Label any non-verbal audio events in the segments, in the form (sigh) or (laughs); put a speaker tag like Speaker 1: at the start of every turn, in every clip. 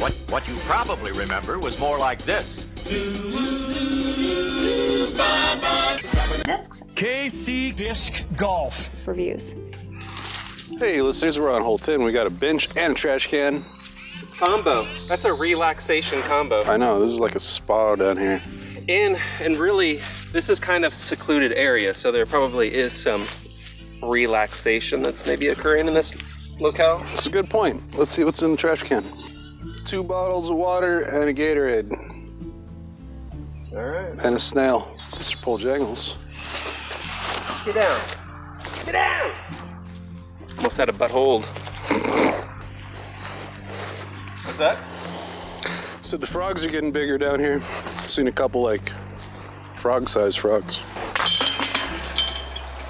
Speaker 1: What, what you probably remember was more like this.
Speaker 2: Discs
Speaker 3: KC Disc Golf.
Speaker 2: reviews.
Speaker 4: Hey, listeners, we're on hole 10. We got a bench and a trash can.
Speaker 5: combo. That's a relaxation combo.
Speaker 4: I know, this is like a spa down here.
Speaker 5: And and really, this is kind of secluded area, so there probably is some relaxation that's maybe occurring in this locale.
Speaker 4: It's a good point. Let's see what's in the trash can. Two bottles of water and a Gatorade
Speaker 5: All right,
Speaker 4: and a snail. Mr. Paul Jangles.
Speaker 5: get down, get down. Almost had a butthole. What's that?
Speaker 4: So the frogs are getting bigger down here. Seen a couple like frog-sized frogs.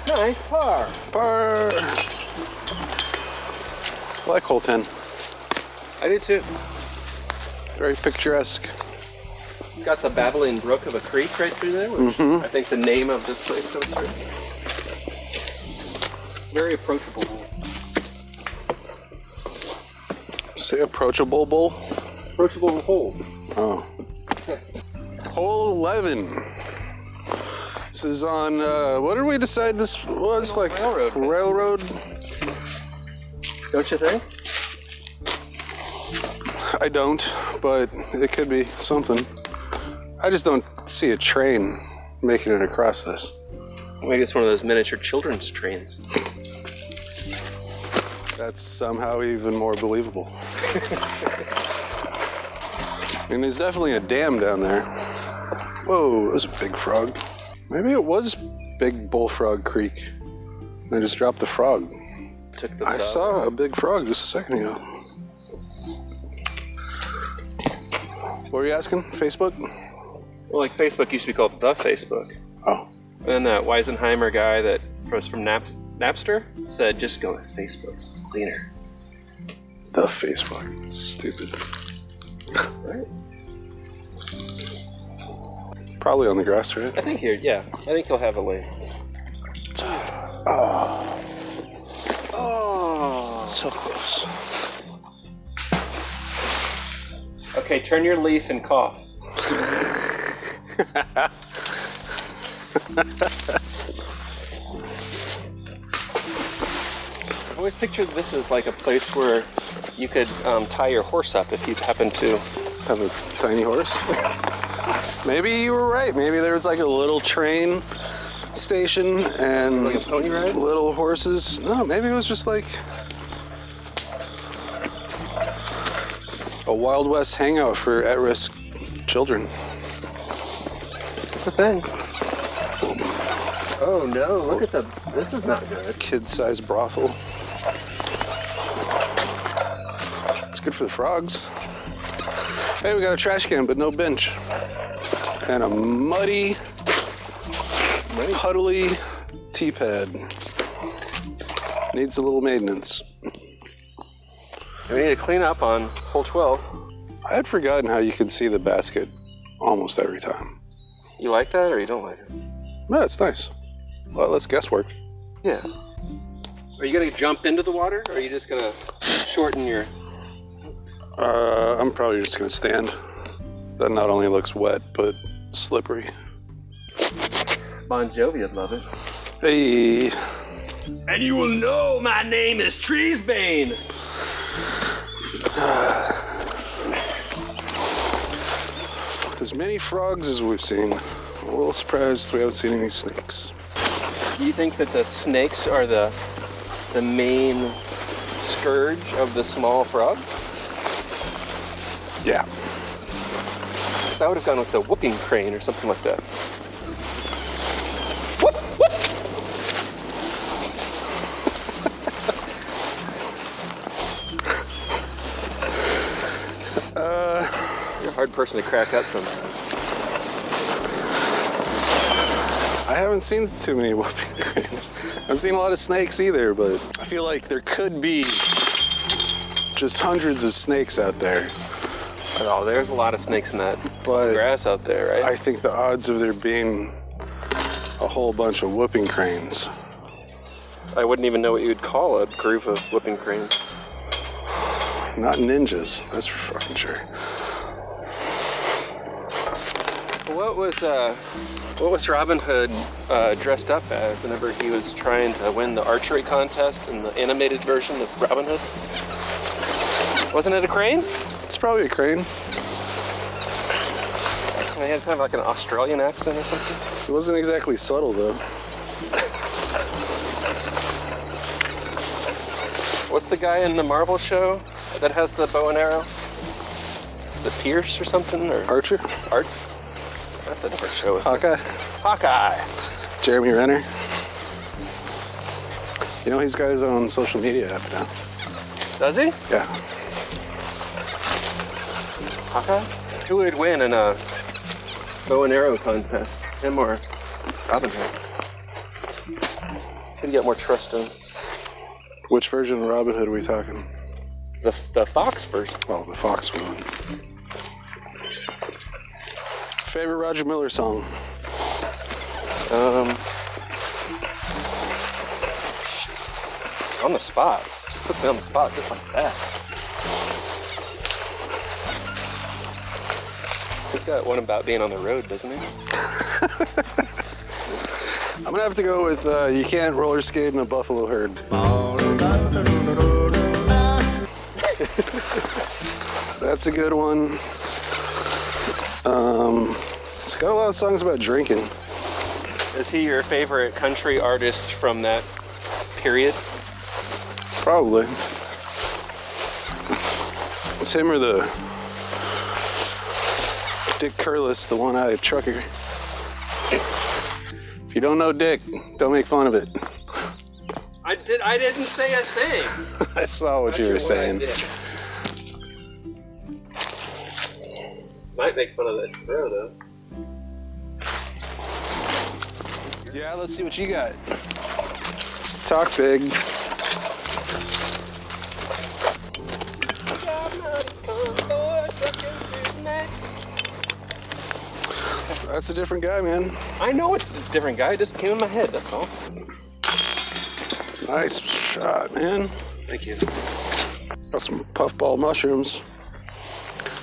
Speaker 5: Nice par.
Speaker 4: Par. Black hole 10.
Speaker 5: I do too.
Speaker 4: Very picturesque.
Speaker 5: It's got the babbling brook of a creek right through there, which
Speaker 4: Mhm.
Speaker 5: I think the name of this place comes from. It's very approachable.
Speaker 4: Say approachable bowl.
Speaker 5: Approachable hole.
Speaker 4: Oh. Hole 11. This is on, uh, what did we decide this was? Like
Speaker 5: Railroad.
Speaker 4: railroad?
Speaker 5: Don't you think?
Speaker 4: I don't, but it could be something. I just don't see a train making it across this.
Speaker 5: Maybe it's one of those miniature children's trains.
Speaker 4: That's somehow even more believable. I mean, there's definitely a dam down there. Whoa, that was a big frog. Maybe it was Big Bullfrog Creek. They just dropped a frog.
Speaker 5: Took the
Speaker 4: I
Speaker 5: dog.
Speaker 4: saw a big frog just a second ago. What were you asking? Facebook?
Speaker 5: Well, like Facebook used to be called the Facebook.
Speaker 4: Oh.
Speaker 5: And then that Weisenheimer guy that was from Nap- Napster said, just go with Facebook. It's cleaner.
Speaker 4: The Facebook. It's stupid.
Speaker 5: Right?
Speaker 4: Probably on the grass, right?
Speaker 5: I think here, yeah. I think he'll have a lane.
Speaker 4: Oh,
Speaker 5: Oh.
Speaker 4: so close. (laughs)
Speaker 5: Okay, turn your leaf and cough. I always pictured this as like a place where you could um, tie your horse up if you happen to.
Speaker 4: Have a tiny horse. Maybe you were right. Maybe there was like a little train station and
Speaker 5: Like a pony ride?
Speaker 4: little horses. No, maybe it was just like a Wild West hangout for at risk children.
Speaker 5: It's a thing. Oh no! Look at the. This is not good.
Speaker 4: Kid sized brothel. It's good for the frogs. Hey, we got a trash can, but no bench. And a muddy, puddly tea pad. Needs a little maintenance.
Speaker 5: We need to clean up on hole 12.
Speaker 4: I had forgotten how you could see the basket almost every time.
Speaker 5: You like that or you don't like it?
Speaker 4: No, it's nice. Well, that's guesswork.
Speaker 5: Yeah. Are you gonna jump into the water or are you just gonna shorten your?
Speaker 4: Uh, I'm probably just gonna stand. That not only looks wet, but slippery.
Speaker 5: Bon Jovi would love it.
Speaker 4: Hey,
Speaker 5: And you will know my name is Treesbane.
Speaker 4: (sighs) as many frogs as we've seen. I'm a little surprised we haven't seen any snakes.
Speaker 5: Do you think that the snakes are the the main scourge of the small frogs?
Speaker 4: Yeah.
Speaker 5: 'Cause I would have gone with the whooping crane or something like that.
Speaker 4: Uh,
Speaker 5: You're a hard person to crack up sometimes.
Speaker 4: I haven't seen too many (laughs) whooping cranes. I've seen a lot of snakes either, but I feel like there could be just hundreds of snakes out there.
Speaker 5: Oh, there's a lot of snakes in that
Speaker 4: But
Speaker 5: grass out there, right?
Speaker 4: I think the odds of there being a whole bunch of whooping cranes
Speaker 5: I wouldn't even know what you'd call a group of whooping cranes.
Speaker 4: Not ninjas, that's for fucking sure.
Speaker 5: What was uh, what was Robin Hood uh, dressed up as whenever he was trying to win the archery contest in the animated version of Robin Hood? Wasn't it a crane?
Speaker 4: It's probably a crane.
Speaker 5: And he had kind of like an Australian accent or something.
Speaker 4: It wasn't exactly subtle though.
Speaker 5: What's the guy in the Marvel show that has the bow and arrow? The Pierce or something or
Speaker 4: Archer?
Speaker 5: Art? That's a different show. isn't it?
Speaker 4: Hawkeye?
Speaker 5: Hawkeye.
Speaker 4: Jeremy Renner? You know, he's got his own social media app now.
Speaker 5: Does he?
Speaker 4: Yeah.
Speaker 5: Hawkeye. Who would win in a bow and arrow contest? Him or Robin Hood? Who'd get more trust in?
Speaker 4: Which version of Robin Hood are we talking?
Speaker 5: The, the fox version.
Speaker 4: Well, Oh, the Fox one. Favorite Roger Miller song?
Speaker 5: Um, on the spot. Just put me on the spot, just like that. He's got one about being on the road, doesn't he?
Speaker 4: I'm gonna have to go with uh, "You Can't Roller Skate in a Buffalo Herd." (laughs) That's a good one. Um, it's got a lot of songs about drinking.
Speaker 5: Is he your favorite country artist from that period?
Speaker 4: Probably. It's him or the Dick Curlis, the one-eyed trucker. If you don't know Dick, don't make fun of it.
Speaker 5: I did. I didn't say a thing.
Speaker 4: (laughs) I saw what you were saying.
Speaker 5: Might make fun of that bro though.
Speaker 4: Yeah, let's see what you got. Talk big. That's a different guy, man.
Speaker 5: I know it's a different guy. It just came in my head. That's all.
Speaker 4: Nice shot, man.
Speaker 5: Thank you.
Speaker 4: Got some puffball mushrooms.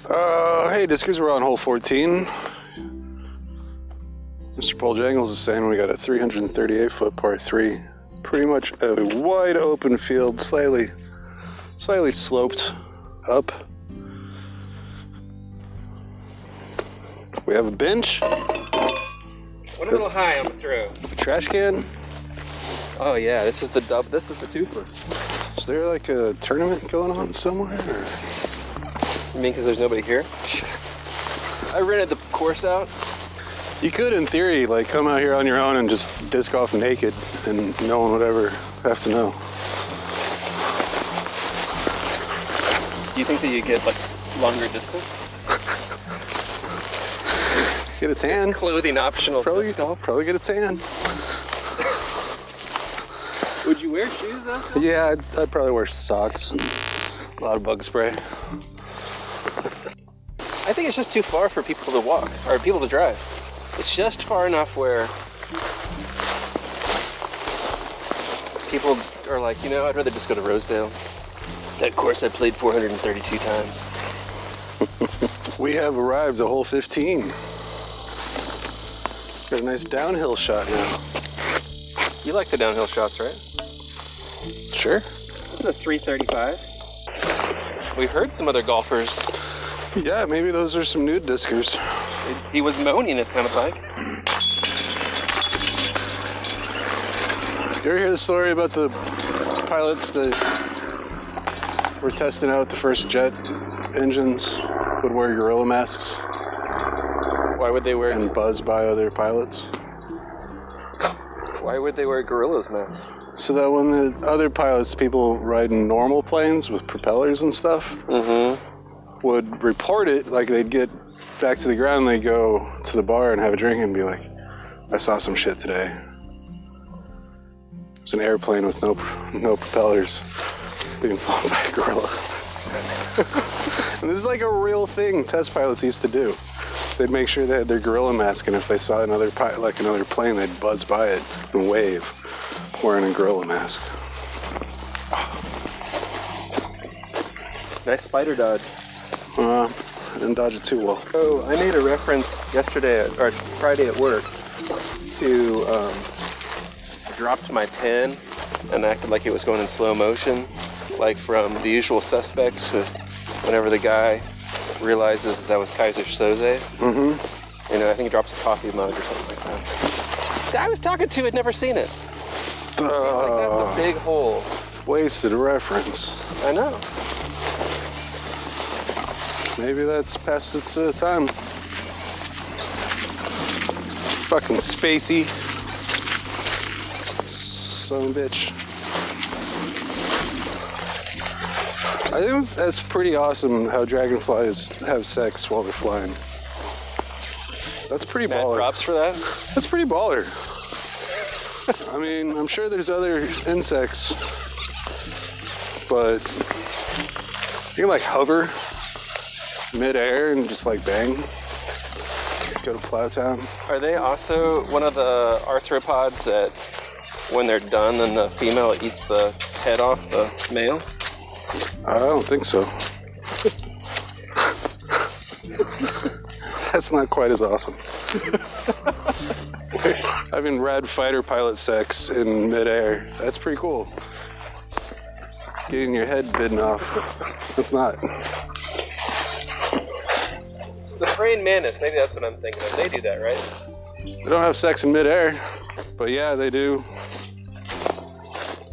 Speaker 4: Uh, hey, Discers, we're on hole 14. Mr. Paul Jangles is saying we got a 338 foot par 3. Pretty much a wide open field, slightly, slightly sloped up. We have a bench,
Speaker 5: One little high on the throw.
Speaker 4: a trash can.
Speaker 5: Oh yeah, this is the dub. This is the twofer.
Speaker 4: Is there like a tournament going on somewhere? or-
Speaker 5: You mean because there's nobody here? (laughs) I rented the course out.
Speaker 4: You could, in theory, like come out here on your own and just disc off naked, and no one would ever have to know.
Speaker 5: Do you think that you get like longer distance?
Speaker 4: Get a tan.
Speaker 5: It's clothing optional.
Speaker 4: Probably,
Speaker 5: disc golf.
Speaker 4: probably get a tan.
Speaker 5: Would you wear shoes though?
Speaker 4: Yeah, I'd, I'd probably wear socks. and A lot of bug spray.
Speaker 5: I think it's just too far for people to walk or people to drive. It's just far enough where people are like, you know, I'd rather just go to Rosedale. That course I played 432 times.
Speaker 4: We have arrived at hole 15. Got a nice downhill shot now.
Speaker 5: You like the downhill shots, right?
Speaker 4: Sure.
Speaker 5: This is a 335. We heard some other golfers.
Speaker 4: Yeah, maybe those are some nude discers.
Speaker 5: He was moaning. It sounded like.
Speaker 4: You ever hear the story about the pilots that were testing out the first jet engines would wear gorilla masks?
Speaker 5: Why would they wear?
Speaker 4: and buzz by other pilots.
Speaker 5: Why would they wear gorillas masks?
Speaker 4: So that when the other pilots, people riding normal planes with propellers and stuff,
Speaker 5: Mm-hmm.
Speaker 4: would report it, like they'd get back to the ground, they'd go to the bar and have a drink and be like, I saw some shit today. It's an airplane with no no propellers being flown by a gorilla. (laughs) and this is like a real thing test pilots used to do. They'd make sure they had their gorilla mask, and if they saw another pi- like another plane, they'd buzz by it and wave, wearing a gorilla mask.
Speaker 5: Nice spider dodge.
Speaker 4: Uh, I didn't dodge it too well.
Speaker 5: Oh, I made a reference yesterday at, or Friday at work to um, I dropped my pen and acted like it was going in slow motion, like from The Usual Suspects. With whenever the guy realizes that, that was Kaiser Soze,
Speaker 4: Mm-hmm.
Speaker 5: you know, I think he drops a coffee mug or something like that. The guy I was talking to had never seen it. Like, that's a big hole.
Speaker 4: Uh, wasted reference.
Speaker 5: I know.
Speaker 4: Maybe that's past its uh, time. Fucking spacey. Son of a bitch. I think that's pretty awesome how dragonflies have sex while they're flying. That's pretty
Speaker 5: Mad
Speaker 4: baller.
Speaker 5: props for that.
Speaker 4: That's pretty baller. I mean, I'm sure there's other insects, but you can like hover midair and just like bang. Go to plow town.
Speaker 5: Are they also one of the arthropods that, when they're done, then the female eats the head off the male?
Speaker 4: I don't think so. That's not quite as awesome. I've been rad fighter pilot sex in midair. That's pretty cool. Getting your head bitten off. That's not.
Speaker 5: The praying mantis. Maybe that's what I'm thinking of. They do that, right?
Speaker 4: They don't have sex in midair, but yeah, they do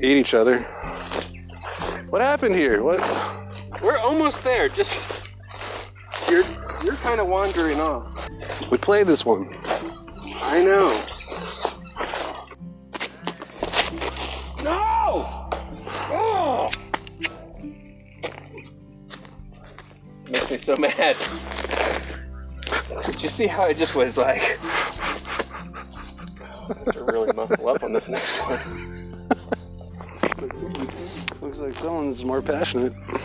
Speaker 4: eat each other. What happened here? What?
Speaker 5: We're almost there. Just you're you're kind of wandering off.
Speaker 4: We played this one.
Speaker 5: I know.
Speaker 3: No! Oh!
Speaker 5: Makes me so mad. Did you see how I just was like? I have to really muscle up on this next one.
Speaker 4: Looks like someone's more passionate.
Speaker 5: (laughs) I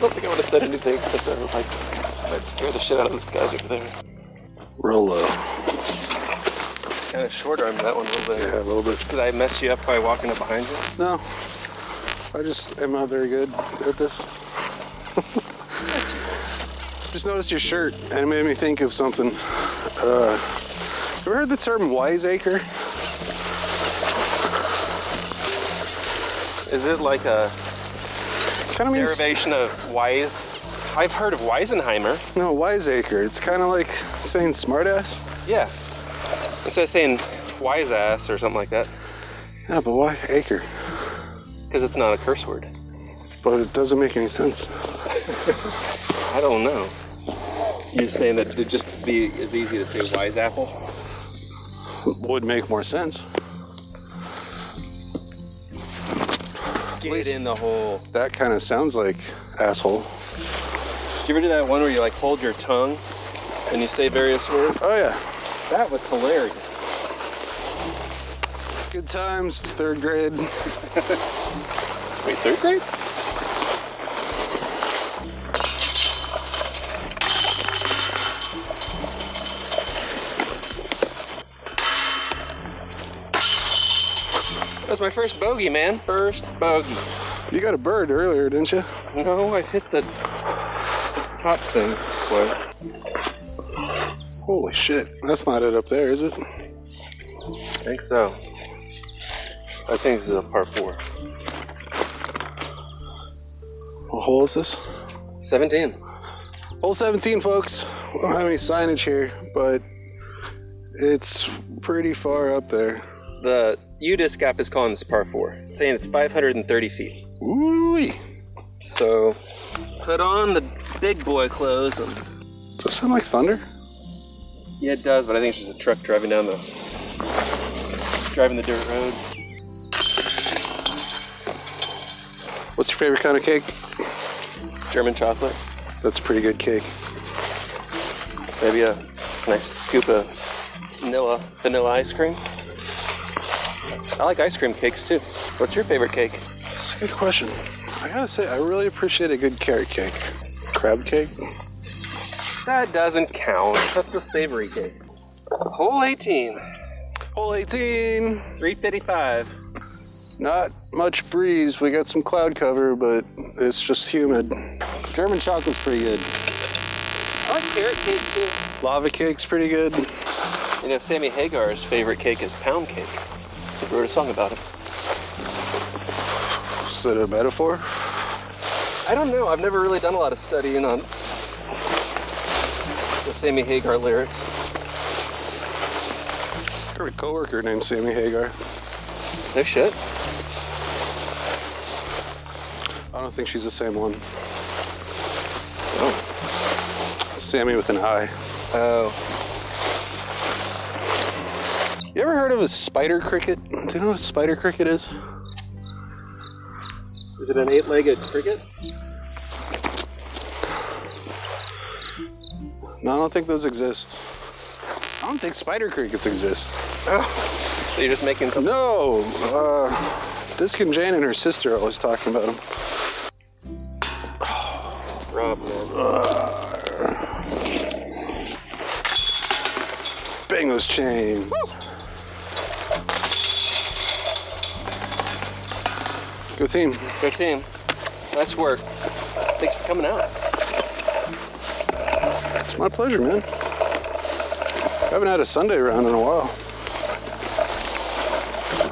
Speaker 5: don't think I would have said anything, but then like, I'd scare the shit out of those guys over there.
Speaker 4: Rolo.
Speaker 5: Kind of short armed that one a little bit.
Speaker 4: Yeah, a little bit.
Speaker 5: Did I mess you up by walking up behind you?
Speaker 4: No. I just am not very good at this. (laughs) just noticed your shirt and it made me think of something. Uh, you ever heard the term wiseacre?
Speaker 5: Is it like a
Speaker 4: Kind of means
Speaker 5: derivation of wise? I've heard of Weisenheimer.
Speaker 4: no wiseacre. It's kind of like saying smartass.
Speaker 5: Yeah. Instead of saying wise ass or something like that,
Speaker 4: Yeah, but why acre?
Speaker 5: because it's not a curse word.
Speaker 4: But it doesn't make any sense.
Speaker 5: I don't know. You're saying that it just be as easy to say wise apple?
Speaker 4: Would make more sense.
Speaker 5: Get in the hole.
Speaker 4: That kind of sounds like asshole.
Speaker 5: You ever do that one where you like hold your tongue and you say various words?
Speaker 4: Oh yeah.
Speaker 5: That was hilarious.
Speaker 4: Good times. It's third grade.
Speaker 5: Wait, third grade? That was my first bogey, man. First bogey.
Speaker 4: You got a bird earlier, didn't you?
Speaker 5: No, I hit the top thing. What?
Speaker 4: Holy shit. That's not it up there, is it?
Speaker 5: I think so. I think this is a part four.
Speaker 4: What hole is this?
Speaker 5: 17.
Speaker 4: Hole 17, folks. We don't have any signage here, but it's pretty far up there.
Speaker 5: The UDisc app is calling this par four, saying it's 530 feet.
Speaker 4: Ooh,
Speaker 5: So put on the big boy clothes. And,
Speaker 4: does that sound like thunder?
Speaker 5: yeah, it does, but I think it's just a truck driving down the driving the dirt road.
Speaker 4: What's your favorite kind of cake?
Speaker 5: German chocolate,
Speaker 4: That's a pretty good cake.
Speaker 5: maybe a nice scoop of vanilla vanilla ice cream. I like ice cream cakes too. What's your favorite cake?
Speaker 4: That's a good question. I gotta say, I really appreciate a good carrot cake. Crab cake?
Speaker 5: That doesn't count. That's a savory cake. Whole 18,
Speaker 4: Hole 18!
Speaker 5: 355.
Speaker 4: Not much breeze. We got some cloud cover, but it's just humid. German chocolate's pretty good.
Speaker 5: I like carrot cake too.
Speaker 4: Lava cake's pretty good.
Speaker 5: You know, Sammy Hagar's favorite cake is pound cake. He wrote a song about it.
Speaker 4: Is that a metaphor?
Speaker 5: I don't know. I've never really done a lot of studying on the Sammy Hagar lyrics.
Speaker 4: I heard a coworker named Sammy Hagar.
Speaker 5: No shit.
Speaker 4: I don't think she's the same one. Sammy with an I.
Speaker 5: Oh,
Speaker 4: You ever heard of a spider cricket? Do you know what a spider cricket is?
Speaker 5: is it an eight-legged cricket?
Speaker 4: No, I don't think those exist. I don't think spider crickets exist.
Speaker 5: Oh, so you're just making something.
Speaker 4: No, uh, Disc and Jane and her sister are always talking about them.
Speaker 5: Rob, man.
Speaker 4: Bang those chains. Good team.
Speaker 5: Good team. Nice work. Thanks for coming out.
Speaker 4: It's my pleasure, man. I haven't had a Sunday round in a while.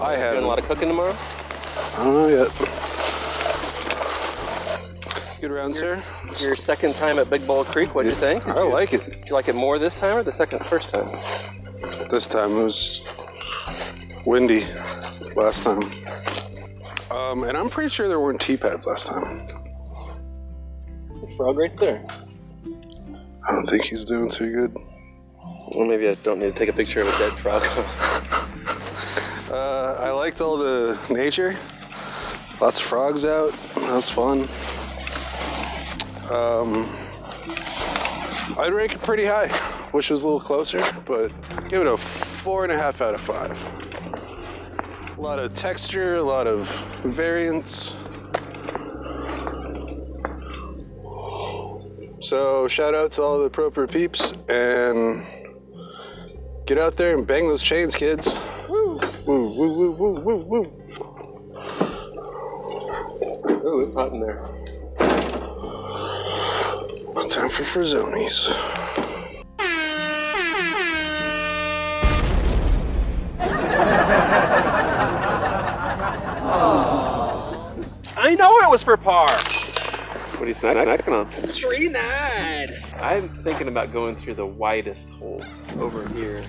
Speaker 4: I
Speaker 5: Doing a
Speaker 4: haven't.
Speaker 5: lot of cooking tomorrow?
Speaker 4: I don't know yet. Good round, sir.
Speaker 5: It's your second time at Big Bowl Creek. What'd you think?
Speaker 4: I like it.
Speaker 5: Did you like it more this time or the second first time?
Speaker 4: This time it was windy. Last time. Um, and I'm pretty sure there weren't tee pads last time.
Speaker 5: Frog right there.
Speaker 4: I don't think he's doing too good.
Speaker 5: Well, maybe I don't need to take a picture of a dead (laughs) frog.
Speaker 4: Uh, I liked all the nature. Lots of frogs out. That was fun. Um, I'd rank it pretty high. Wish it was a little closer, but give it a four and a half out of five. A lot of texture, a lot of variance. So shout out to all the proper peeps and get out there and bang those chains, kids. Woo, woo, woo, woo, woo, woo.
Speaker 5: oh, it's hot in there.
Speaker 4: Time for Frizzonis.
Speaker 2: I know it was for par.
Speaker 5: What are you snacking on?
Speaker 2: Three nine.
Speaker 5: I'm thinking about going through the widest hole over here.